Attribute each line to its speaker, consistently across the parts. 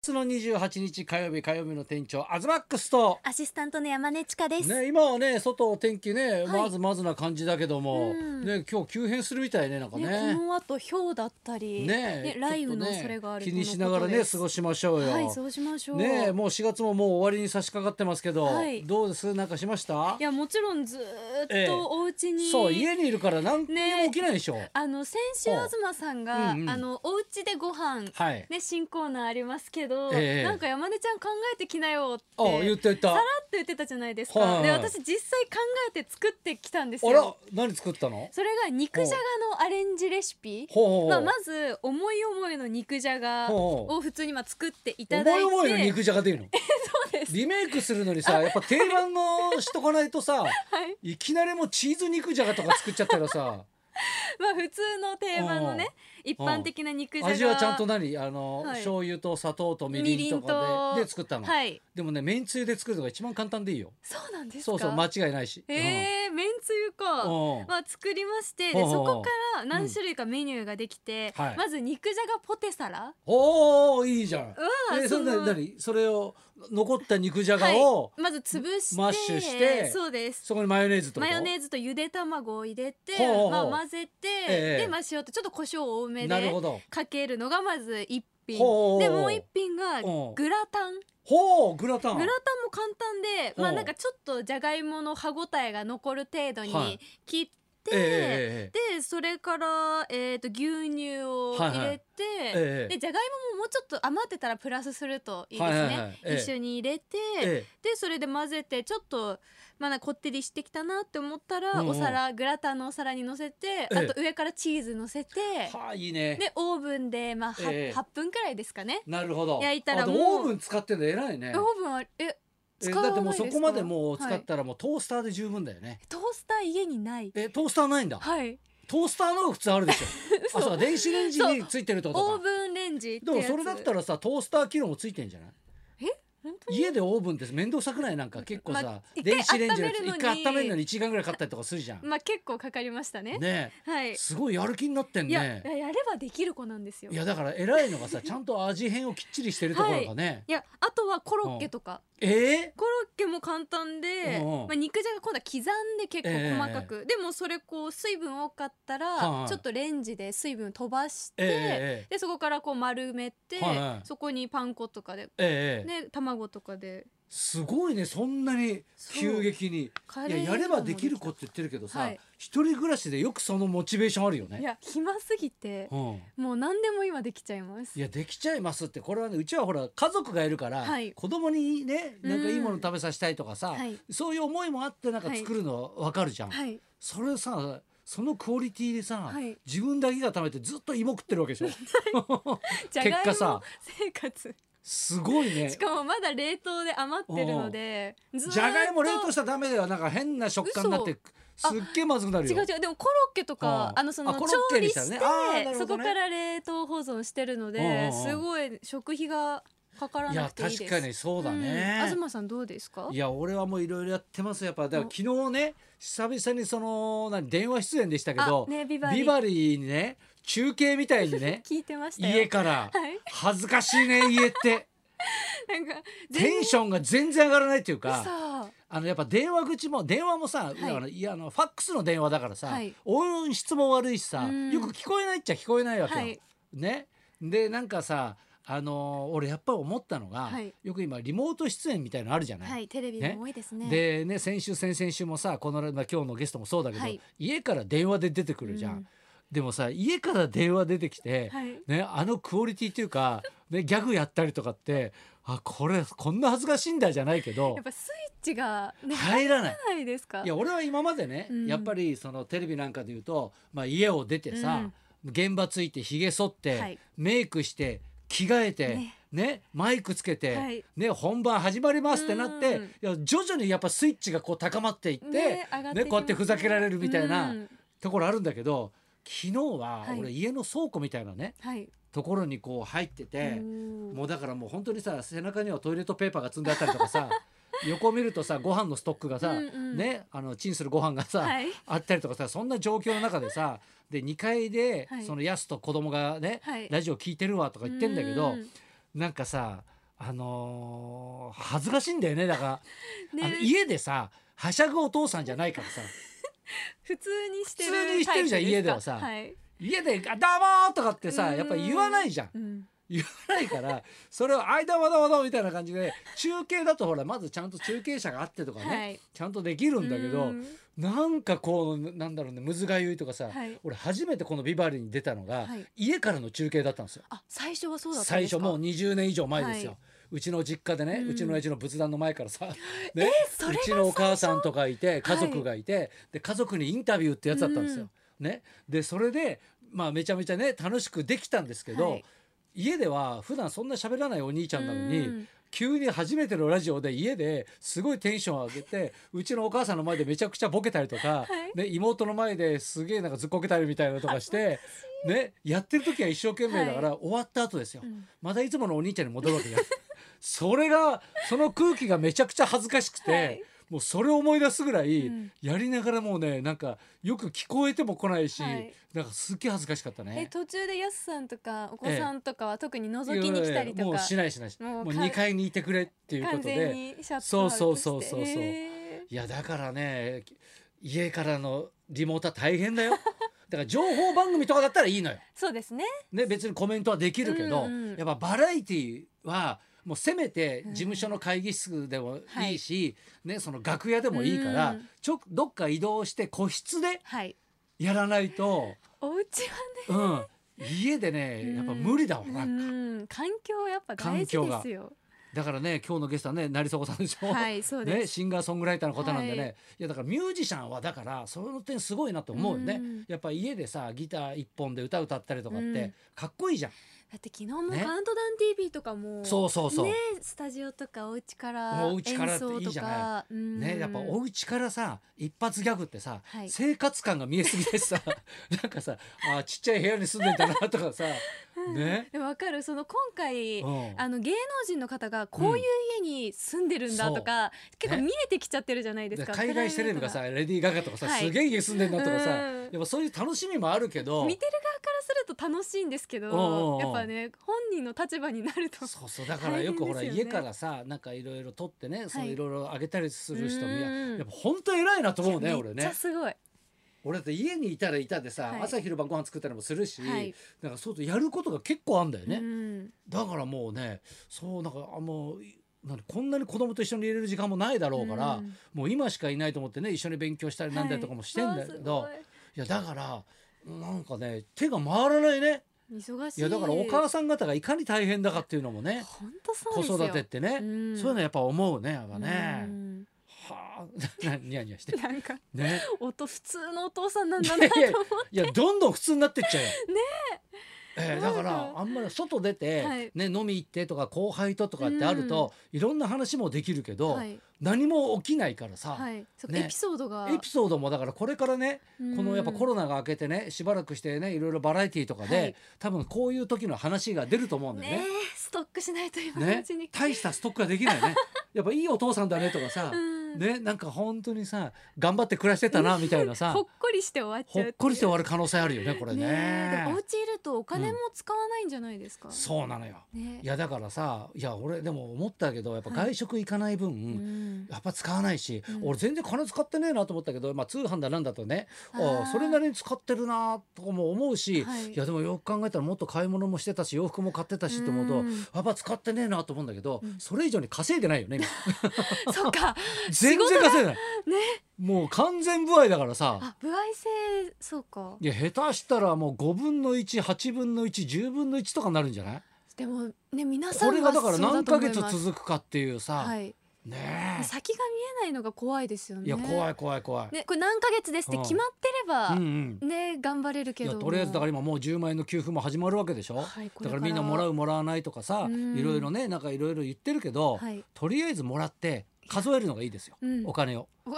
Speaker 1: 月の28日火曜日火曜日の店長アズマックスと、
Speaker 2: アシスタントの山根千佳です。
Speaker 1: ね、今はね外お天気ね、
Speaker 2: はい
Speaker 1: まずまずな感じだけども、
Speaker 2: うん
Speaker 1: ね、今日急変するみたいねなんか
Speaker 2: ね
Speaker 1: ね。
Speaker 2: この後氷だったり、
Speaker 1: ねちょっと
Speaker 2: 雷雨の恐れがある
Speaker 1: 気にしながらね過ご
Speaker 2: し
Speaker 1: しましょうよ。
Speaker 2: はい、そうしましょう。
Speaker 1: ねえもう4月ももう終わりに差し掛かってますけど、
Speaker 2: はい
Speaker 1: どうですなんかしました
Speaker 2: いやもちろんずー
Speaker 1: え
Speaker 2: っ
Speaker 1: え
Speaker 2: とお家に、
Speaker 1: そう家にいるから何に
Speaker 2: ね
Speaker 1: も起きないでしょ、
Speaker 2: あの先週
Speaker 1: ほう
Speaker 2: 東さんが、
Speaker 1: うんうん
Speaker 2: あのお家でご飯
Speaker 1: はい、
Speaker 2: ね新コーナーありますけど、
Speaker 1: ええ
Speaker 2: なんか山根ちゃん考えてきなよって
Speaker 1: あ言った言っ
Speaker 2: さ
Speaker 1: た
Speaker 2: らっ
Speaker 1: あ
Speaker 2: と言ってたじゃないですか。
Speaker 1: はいはい
Speaker 2: で私実際考えて作ってきたんです
Speaker 1: ら
Speaker 2: よ。
Speaker 1: 何作ったの
Speaker 2: それが肉じゃがのアレンジレシピ。
Speaker 1: ほうほう
Speaker 2: ま
Speaker 1: ほ
Speaker 2: あ、
Speaker 1: う、
Speaker 2: まず思い思いの肉じゃが
Speaker 1: ほう
Speaker 2: を普通にまあ作っていただ
Speaker 1: 思
Speaker 2: い
Speaker 1: い
Speaker 2: て
Speaker 1: 思いの肉じゃがでいいの
Speaker 2: そうです
Speaker 1: リメイクするのにさやっぱ定番のしとかないとさ
Speaker 2: はい
Speaker 1: いきなりもうチーズ肉じゃがとか作っちゃったら さ
Speaker 2: まあ普通の定番のね一般的な肉じゃが
Speaker 1: 味はちゃんと何あの、
Speaker 2: はい
Speaker 1: 醤油と砂糖とみりんとか
Speaker 2: みりん
Speaker 1: で
Speaker 2: と
Speaker 1: で作ったの、
Speaker 2: はい
Speaker 1: でもねめんつゆで作るのが一番簡単でいいよ
Speaker 2: そうなんですか
Speaker 1: そうそう間違いないし、
Speaker 2: えー、めんつゆか
Speaker 1: うんうん
Speaker 2: まあ作りまして
Speaker 1: ほう
Speaker 2: で
Speaker 1: ほう
Speaker 2: そこから何種類かメニューができて、
Speaker 1: うんはい
Speaker 2: まず肉じゃがポテサラ
Speaker 1: おーいいじゃん。
Speaker 2: は
Speaker 1: えそれ
Speaker 2: の
Speaker 1: な何それを残った肉じゃがを、
Speaker 2: まず潰して
Speaker 1: マッシュして
Speaker 2: そうです
Speaker 1: そこにマヨネーズってこと
Speaker 2: マヨネーズとゆで卵を入れて
Speaker 1: ほうほう
Speaker 2: まあ、混ぜて、
Speaker 1: ええ
Speaker 2: で、まあ、塩とちょっと胡椒多め
Speaker 1: なる
Speaker 2: で
Speaker 1: ほど。
Speaker 2: かけるのがまず一品
Speaker 1: ほう
Speaker 2: でもう一品が
Speaker 1: うん
Speaker 2: グラタン
Speaker 1: ほうグラタン。
Speaker 2: グラタンも簡単で
Speaker 1: ほう
Speaker 2: まあなんかちょっとじゃがいもの歯ごたえが残る程度
Speaker 1: はい
Speaker 2: に切って、
Speaker 1: ええええ
Speaker 2: でそれから、えー、と牛乳を入れて、
Speaker 1: ええええ
Speaker 2: でじゃがいもももうちょっと余ってたらプラスするといいですね、
Speaker 1: はいはいはいええ
Speaker 2: 一緒に入れて、
Speaker 1: え
Speaker 2: でそれで混ぜてちょっとまあなんかこってりしてきたなって思ったら、
Speaker 1: うんうん
Speaker 2: お皿グラタンのお皿にのせて、
Speaker 1: ええ
Speaker 2: あと上からチーズのせて、
Speaker 1: えはあいいね。
Speaker 2: でオーブンで、まあは
Speaker 1: ええ
Speaker 2: 8分くらいですかね
Speaker 1: なるほど。
Speaker 2: 焼いたら
Speaker 1: あで
Speaker 2: もう
Speaker 1: オーブン使ってんの偉いね。
Speaker 2: オーブンはえ
Speaker 1: え
Speaker 2: 使わな
Speaker 1: だ
Speaker 2: い
Speaker 1: っ
Speaker 2: で
Speaker 1: て
Speaker 2: すか
Speaker 1: もうそこまでもう使
Speaker 2: は
Speaker 1: っ
Speaker 2: い
Speaker 1: たらもうトースターで十分だよね。
Speaker 2: トースター家にない
Speaker 1: えトースターないんだ。
Speaker 2: はい
Speaker 1: トースターの方が普通あるで しょ。あそうか電子レンジについてるってこと
Speaker 2: オー
Speaker 1: か。
Speaker 2: ブンレンジって
Speaker 1: でもそれだった
Speaker 2: ら
Speaker 1: らさトースター機能もついてんじゃない？
Speaker 2: 本当に
Speaker 1: 家でオーブンって面倒くさくないなんか結構さ、
Speaker 2: まあ一回
Speaker 1: 電子レンジのやつ
Speaker 2: 温める
Speaker 1: 一
Speaker 2: のに
Speaker 1: 回温めるのに1時間ぐらいかかったりとかするじゃん。
Speaker 2: まあ結構かかりましたね
Speaker 1: ね
Speaker 2: はい
Speaker 1: えすごいやる気になってん
Speaker 2: いやい
Speaker 1: ね
Speaker 2: ややればできる子なんですよ
Speaker 1: いやだから偉いのがさちゃんと味変をきっちりしてるところがね、
Speaker 2: いやあとはコロッケとか、
Speaker 1: え
Speaker 2: コロッケも簡単で、
Speaker 1: うんうん
Speaker 2: まあ、肉じゃが今度は刻んで結構細かく、でもそれこう水分多かった
Speaker 1: はいは
Speaker 2: ら
Speaker 1: い
Speaker 2: ちょっとレンジで水分飛ばして、
Speaker 1: ええええ
Speaker 2: でそこからこう丸めて、
Speaker 1: はいはい
Speaker 2: そこにパン粉とかで、
Speaker 1: ええええ
Speaker 2: ね、卵とかです
Speaker 1: ごいねそんなに
Speaker 2: そう
Speaker 1: 急激に
Speaker 2: カ
Speaker 1: い
Speaker 2: レ
Speaker 1: や
Speaker 2: ー
Speaker 1: やればできる子
Speaker 2: こ
Speaker 1: って言ってるけどさ、
Speaker 2: はい
Speaker 1: 一人暮らしでよくそのモチベーションあるよ
Speaker 2: い
Speaker 1: ね。
Speaker 2: や暇すぎて、
Speaker 1: うん
Speaker 2: もう何でも今できちゃいます
Speaker 1: い。やできちゃいますってこれはねうちはほら家族がいるから、
Speaker 2: はい
Speaker 1: 子供にねなんかいいもの
Speaker 2: うん
Speaker 1: 食べさせたいとかさ、
Speaker 2: はい
Speaker 1: そういう思いもあってなんか
Speaker 2: はい
Speaker 1: 作るのわかるじゃん、
Speaker 2: はい。
Speaker 1: それさそのクオリティでさ、
Speaker 2: はい
Speaker 1: 自分だけが食べてずっと芋食ってるわけでし ょ
Speaker 2: じゃがい
Speaker 1: 結果さ
Speaker 2: も生活。
Speaker 1: すごいね
Speaker 2: しかもまだ冷凍で余ってるので、ずーっ
Speaker 1: じ
Speaker 2: と
Speaker 1: ゃがいも冷凍したらダメだよなんか変な食感になってす
Speaker 2: 嘘
Speaker 1: っげえまずくなる
Speaker 2: 違
Speaker 1: よ
Speaker 2: う違うでもコロッケとか
Speaker 1: うん
Speaker 2: あのその
Speaker 1: あコ
Speaker 2: 調
Speaker 1: ロッケに
Speaker 2: 理
Speaker 1: したら
Speaker 2: し
Speaker 1: ね
Speaker 2: て、
Speaker 1: あーなるほ
Speaker 2: そ
Speaker 1: どね
Speaker 2: こから冷凍保存してるので、
Speaker 1: うんうんうん
Speaker 2: すごい食費がかから
Speaker 1: い
Speaker 2: な
Speaker 1: や
Speaker 2: くていいです
Speaker 1: 確かにそうだね、
Speaker 2: ん、東さんどうですか
Speaker 1: いや俺はもういろいろやってますやっぱだから昨日ね久々にその何電話出演でしたけど、
Speaker 2: あねビバリー
Speaker 1: ビバリーにね中継みたいに ね
Speaker 2: 聞いてましたよ
Speaker 1: 家から
Speaker 2: はい
Speaker 1: 恥ずかしいね家って
Speaker 2: なんか
Speaker 1: テンションが全然上がらないっていうか
Speaker 2: さ
Speaker 1: あのやっぱ電話口も電話もさ、
Speaker 2: い
Speaker 1: いやあのいやあのファックスの電話だからさ、
Speaker 2: はい
Speaker 1: 音質も悪いしさ
Speaker 2: うん
Speaker 1: よく聞こえないっちゃ聞こえないわけよ。
Speaker 2: はい
Speaker 1: ね、でなんかさあのー俺やっぱり思ったのが、
Speaker 2: はい
Speaker 1: よく今リモート出演みたいのあるじゃない。
Speaker 2: はいテレビも多いですね
Speaker 1: でね先週先々週もさこのまあ今日のゲストもそうだけど、
Speaker 2: はい
Speaker 1: 家から電話で出てくるじゃん、
Speaker 2: うん
Speaker 1: でもさ家から電話出てきて、
Speaker 2: はい
Speaker 1: ね、あのクオリティっていうか、ね、ギャグやったりとかってあこれこんな恥ずかしいんだじゃないけど
Speaker 2: やっぱスイッ チがね入
Speaker 1: 入らない。
Speaker 2: らないですか
Speaker 1: いや俺は今までね、
Speaker 2: うん
Speaker 1: やっぱりそのテレビなんかで言うと、まあ、家を出てさ、現場ついてひげ剃って、
Speaker 2: はい
Speaker 1: メイクして着替えて、ね
Speaker 2: ね
Speaker 1: マイクつけて、
Speaker 2: はい
Speaker 1: ね、本番始まりますってなって、
Speaker 2: うん
Speaker 1: いや徐々にやっぱスイッチがこう高まっていって、
Speaker 2: ね上がってきますね
Speaker 1: ねこうやってふざけられるみたいな
Speaker 2: うん
Speaker 1: ところあるんだけど昨日は
Speaker 2: はい
Speaker 1: 俺家の倉庫みたいなね、
Speaker 2: はい
Speaker 1: ところにこう入ってて。
Speaker 2: も
Speaker 1: もうだからもう本当にさ背中にはトイレットペーパーが積んであったりとか さ横見るとさご飯のストックがさ、
Speaker 2: うんうん
Speaker 1: ねあのチンするご飯がさ、
Speaker 2: はい
Speaker 1: あったりとかさそんな状況の中でさで2階で、
Speaker 2: はい
Speaker 1: そのやすと子供がね、
Speaker 2: はい
Speaker 1: ラジオ聞いてるわとか言ってんだけどなんかさあのー恥ずかしいんだよねだからあの
Speaker 2: ね
Speaker 1: 家でさはしゃぐお父さんじゃないからさ
Speaker 2: 普通にしてる
Speaker 1: 普通にしてるじゃん
Speaker 2: タイプすか
Speaker 1: 家ではさ
Speaker 2: はい
Speaker 1: 家で「あどうも!」とかってさやっぱり言わないじゃん
Speaker 2: うん
Speaker 1: 言わないからそれを「あいだまだまだ」みたいな感じで中継だとほらまずちゃんと中継者があってとかね、
Speaker 2: はい
Speaker 1: ちゃんとできるんだけ
Speaker 2: う
Speaker 1: ど
Speaker 2: ん
Speaker 1: なんかこうなんだろうねむずがゆいとかさ、
Speaker 2: はい
Speaker 1: 俺初めてこの「ビバリーに出たのが、
Speaker 2: はい
Speaker 1: 家からの中継だったんですよ。
Speaker 2: あ最初はそうだったん
Speaker 1: 最
Speaker 2: です
Speaker 1: 初
Speaker 2: か
Speaker 1: もう20年以上前ですよ、
Speaker 2: はいう
Speaker 1: ちの実家でね、
Speaker 2: う
Speaker 1: うんちの親父の仏壇の前 からさ、ね
Speaker 2: それが
Speaker 1: うちのお母さんとかいて家族がいて、で家族にインタビューってやつだったんですよ。ね、でそれで、まあ、めちゃめちゃね楽しくできたんですけど、
Speaker 2: はい
Speaker 1: 家では普段そんな喋らないお兄ちゃんなのに、
Speaker 2: うん
Speaker 1: 急に初めてのラジオで家ですごいテンション上げてうちのお母さんの前でめちゃくちゃボケたりとか、
Speaker 2: はい
Speaker 1: ね、妹の前ですげえなんかずっこけたりみたいなのとかして、ね、やってる時は一生懸命だから、終わった後ですよ、
Speaker 2: うん
Speaker 1: またいつものお兄ちゃんに戻るわけじゃんそれがその空気がめちゃくちゃ恥ずかしくて、
Speaker 2: はい
Speaker 1: もうそれを思い出すぐらい、
Speaker 2: うん
Speaker 1: やりながらもうねなんかよく聞こえても来ないし、
Speaker 2: はい
Speaker 1: なんかすっげえ恥ずかしかった
Speaker 2: え
Speaker 1: ね。
Speaker 2: 途中でやすさんとかお子さんとかは特に覗きに来たり
Speaker 1: いやいや
Speaker 2: と
Speaker 1: もう
Speaker 2: か
Speaker 1: しないしないしも
Speaker 2: もう
Speaker 1: う
Speaker 2: か
Speaker 1: 2階にいてくれっていうこと
Speaker 2: 完
Speaker 1: で
Speaker 2: 全にシャットアウトして
Speaker 1: そうそうそうそうそう
Speaker 2: へ
Speaker 1: いやだからね家からのリモートは大変だよ だから情報番組とかだったらいいのよ、
Speaker 2: ーそうですね
Speaker 1: ね、別にコメントはできるけど、
Speaker 2: うんうん
Speaker 1: やっぱバラエティはもうせめて事務所の会議室でもいいし、ね、その楽屋でもいいから、
Speaker 2: うん
Speaker 1: ちょどっか移動して個室で
Speaker 2: はい
Speaker 1: やらない と、
Speaker 2: お家は
Speaker 1: うん、家でねやっぱ無理だわ
Speaker 2: ね
Speaker 1: なんか
Speaker 2: うん環境はやっぱ大事
Speaker 1: 環境が
Speaker 2: ですよ
Speaker 1: だからね今日のゲストはね成迫さんでしょ、
Speaker 2: はいそうで
Speaker 1: ね、
Speaker 2: す
Speaker 1: シンガーソングライターの方なんでね、
Speaker 2: はい
Speaker 1: い、やだからミュージシャンはだからその点すごいなと思うよね、
Speaker 2: うん
Speaker 1: やっぱ家でさギター一本で歌歌ったりとかっ
Speaker 2: うん
Speaker 1: てかっこいいじゃん、
Speaker 2: だって昨日も「カウン
Speaker 1: ね
Speaker 2: トダウン TV」とかも
Speaker 1: そうそうそう、
Speaker 2: ねスタジオとかお家から
Speaker 1: お家から
Speaker 2: 演
Speaker 1: って
Speaker 2: 奏
Speaker 1: い
Speaker 2: と
Speaker 1: いじゃな
Speaker 2: かうん
Speaker 1: ねやっぱお家からさ一発ギャグってさ、
Speaker 2: はい
Speaker 1: 生活感が見えすぎてさ なんかさあーちっちゃい部屋に住んでんだなとかさ、ね、
Speaker 2: でもわかるその今回
Speaker 1: うん
Speaker 2: あの芸能人の方がこういう家に住んでるんだとか、結構
Speaker 1: ね
Speaker 2: 見えてきちゃってるじゃないです
Speaker 1: で
Speaker 2: か。
Speaker 1: 海外セレブがさレディー・ガガとかさ、
Speaker 2: はい
Speaker 1: すげえ家住んでんなとかさ、
Speaker 2: うん
Speaker 1: やっぱそういう楽しみもあるけど
Speaker 2: 見てる側からすると楽しいんですけ
Speaker 1: お
Speaker 2: ど、
Speaker 1: うおうおう
Speaker 2: やっぱね本人の立場になると
Speaker 1: そうそうだからよくほら、
Speaker 2: 大変です
Speaker 1: 家
Speaker 2: よね
Speaker 1: からさなんかいろいろ取ってね、その
Speaker 2: はい
Speaker 1: いろいろあげたりする人もいや
Speaker 2: うん
Speaker 1: やっぱ本当偉いなと思うね俺
Speaker 2: めっち
Speaker 1: ね
Speaker 2: ゃすごい。
Speaker 1: 俺だって家にいたらいたでさ、
Speaker 2: はい
Speaker 1: 朝昼晩ご飯作ったりもするし、
Speaker 2: はい
Speaker 1: なんかそうするとやることが結構あんだよね、
Speaker 2: うん
Speaker 1: だからもうねそうなんかあもういなんかこんなに子供と一緒にいれる時間もないだろうから、
Speaker 2: うん
Speaker 1: もう今しかいないと思ってね一緒に勉強したりなんだりとかもしてんだけど、、
Speaker 2: はいいわあ
Speaker 1: やだからなんかね手が回らないね
Speaker 2: すごい忙しい。
Speaker 1: いやだからお母さん方がいかに大変だかっていうのもね
Speaker 2: 本当そう
Speaker 1: 子
Speaker 2: ですよ。
Speaker 1: 育てってね、
Speaker 2: うん
Speaker 1: そういうのやっぱ思うねやっぱ
Speaker 2: う
Speaker 1: ね、
Speaker 2: ん
Speaker 1: はあ なニヤニヤ して
Speaker 2: なんか
Speaker 1: ね
Speaker 2: おと普通のお父さんなんだなと
Speaker 1: い
Speaker 2: 思っ
Speaker 1: やいいやどんどん普通になってっち ゃうよええだから
Speaker 2: なんか
Speaker 1: あんまり外出て、
Speaker 2: はい
Speaker 1: ね、飲み行ってとか後輩ととかってあると、いろんな話もできるけ
Speaker 2: て。
Speaker 1: ど、
Speaker 2: はい
Speaker 1: 何も起きないからさ、
Speaker 2: はい。そう
Speaker 1: ね
Speaker 2: エピソードが
Speaker 1: エピソードもだからこれからねこのやっぱコ
Speaker 2: ロ
Speaker 1: ロナが明けてねしばらくしてねいろいろバラエティーとかで、
Speaker 2: はい
Speaker 1: 多分こういう時の話が出ると思うんだよ
Speaker 2: ね
Speaker 1: ね。
Speaker 2: えストックしないと今
Speaker 1: ね
Speaker 2: のうちに。
Speaker 1: 大したストックができ ないねやっぱいいお父さんだねとかさ、
Speaker 2: うん
Speaker 1: ねなんか本当にさ頑張って暮らしてたなみたいなさ
Speaker 2: ほっこりして終わっち
Speaker 1: ほ
Speaker 2: ゃう
Speaker 1: っこりして終
Speaker 2: わ
Speaker 1: わる可能性あるよねこれね
Speaker 2: でもお家いるとお金も使わないんじゃないですか。
Speaker 1: そうなのよ
Speaker 2: ね
Speaker 1: いやだからさいや俺でも思ったけどやっぱ
Speaker 2: はい
Speaker 1: 外食行かない分、
Speaker 2: うん
Speaker 1: やっぱ使わないし、
Speaker 2: うん
Speaker 1: 俺全然金使ってねえなと思ったけど、まあ、通販だなんだとね
Speaker 2: あー
Speaker 1: ああそれなりに使ってるなとかも思うし、、
Speaker 2: はいい
Speaker 1: やでもよく考えたらもっと買い物もしてたし洋服も買ってたしって思うと、
Speaker 2: うん
Speaker 1: やっぱ使ってねえなと思うんだけど、
Speaker 2: うん
Speaker 1: それ以上に稼いでないよね今
Speaker 2: そっか。
Speaker 1: 全
Speaker 2: 仕事
Speaker 1: 然稼いでない、もう完全不合だからさ
Speaker 2: あ、歩合制、そうか。
Speaker 1: いや下手したらもう5分の18分の110分の1とかになるんじゃない
Speaker 2: でもね、皆さ
Speaker 1: これ
Speaker 2: ん
Speaker 1: が
Speaker 2: は
Speaker 1: だから
Speaker 2: そう
Speaker 1: 何
Speaker 2: だ
Speaker 1: ヶ
Speaker 2: と思い
Speaker 1: 月
Speaker 2: ます。
Speaker 1: 続くかっていうさ、
Speaker 2: はい。
Speaker 1: ね
Speaker 2: 先が見えないのが怖いですよ
Speaker 1: え
Speaker 2: ね。
Speaker 1: いや怖い怖い怖い、
Speaker 2: ね、これ何ヶ月ですって決まってれば、
Speaker 1: うんうん
Speaker 2: ね、頑張れる
Speaker 1: い
Speaker 2: け
Speaker 1: や
Speaker 2: ど。
Speaker 1: とりあえずだから今もう10万円の給付も始まるわけでしょ、
Speaker 2: はいこ
Speaker 1: だか
Speaker 2: れか
Speaker 1: ららみんなもらうもらわないとかさ
Speaker 2: うん
Speaker 1: いろいろねなんかいろいろ言ってるけど、
Speaker 2: はい。
Speaker 1: とりあえずもらって数えるのがいいですよ、
Speaker 2: うん
Speaker 1: お金を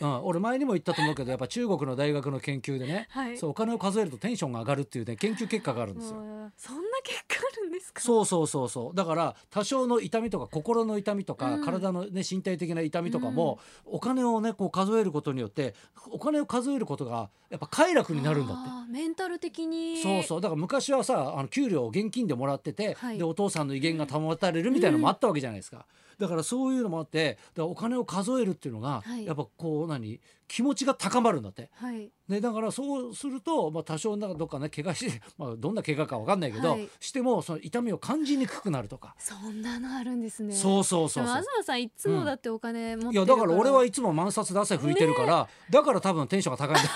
Speaker 1: うん、俺前にも言ったと思うけどやっぱ中国の大学の研究でね、
Speaker 2: はい
Speaker 1: そうお金を数えるとテンションが上がるっていうね研究結果があるんですよ。
Speaker 2: もうそんな結果あるんですか
Speaker 1: そうそうそうそうだから多少の痛みとか心の痛みとか、
Speaker 2: うん
Speaker 1: 体の、ね、身体的な痛みとかも、お金をねこう数えることによってお金を数えることがやっぱ快楽になるんだって。
Speaker 2: あーメンタル的に
Speaker 1: そうそうだから昔はさあの給料を現金でもらってて、
Speaker 2: はい
Speaker 1: でお父さんの威厳が保たれるみたいなのもあったわけじゃないですか、だからそういうのもあってだからお金を数えるっていうのが、
Speaker 2: はい
Speaker 1: やっぱこう何気持ちが高まるんだって。
Speaker 2: はい
Speaker 1: ね、だからそうすると、まあ、多少なんかどっかね怪我して、 まあ、どんな怪我かわかんないけど、
Speaker 2: はい
Speaker 1: してもその痛みを感じにくくなるとか、
Speaker 2: そんなのあるんですね
Speaker 1: そうそうそう
Speaker 2: で
Speaker 1: そ
Speaker 2: も
Speaker 1: う。
Speaker 2: 東さんいつもだってお金持って
Speaker 1: いや
Speaker 2: る
Speaker 1: だから俺はいつも満札で汗拭いてるから、だから多分テンションが 高いんだ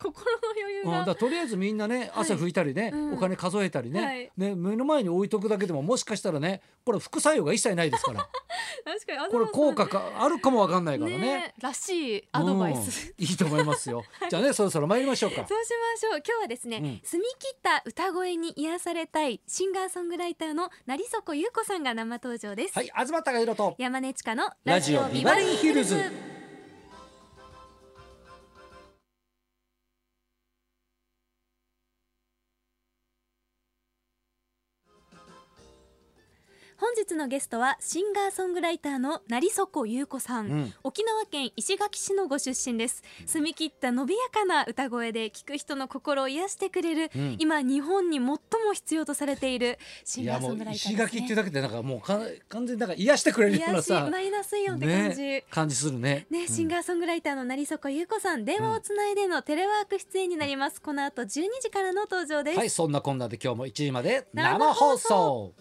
Speaker 2: 心の余裕
Speaker 1: うん、
Speaker 2: が、
Speaker 1: だからとりあえずみんなね汗拭いたりね、
Speaker 2: うん
Speaker 1: お金数えたりね,、
Speaker 2: はい
Speaker 1: ね目の前に置いとくだけでももしかしたらねこれ副作用が一切ないですから
Speaker 2: 確かに東さん
Speaker 1: これ効果かあるかもわかんないからね
Speaker 2: ねらしいアドバイス、
Speaker 1: うんいいと思います よ、じゃあねそろそろ参りましょうか
Speaker 2: そうしましょう今日はですね、
Speaker 1: うん
Speaker 2: 澄み切った歌声に癒されたいシンガーソングライターの成底優子さんが生登場です、
Speaker 1: はい東貴博と
Speaker 2: 山根千佳の
Speaker 1: ラジオビバリーヒルズ
Speaker 2: 本日のゲストはシンガーソングライターの成底優子さん、
Speaker 1: うん
Speaker 2: 沖縄県石垣市のご出身です澄み切った伸びやかな歌声で聴く人の心を癒してくれる、
Speaker 1: うん
Speaker 2: 今日本に最も必要とされているシ
Speaker 1: い
Speaker 2: ンガ
Speaker 1: や
Speaker 2: ーソ
Speaker 1: も
Speaker 2: ン
Speaker 1: う
Speaker 2: グライターです、ね、
Speaker 1: 石垣っていうだけでなんかもうか完全になんか癒してくれるような
Speaker 2: 癒し
Speaker 1: さ
Speaker 2: マイナスイオンって感じ、
Speaker 1: ね感じするね
Speaker 2: ね、シンガーソングライターの成底優子さん、電話をつないでのテレワーク出演になります。この後12時からの登場です。
Speaker 1: はいそんなこんなで今日も1時まで
Speaker 2: 生
Speaker 1: 生放送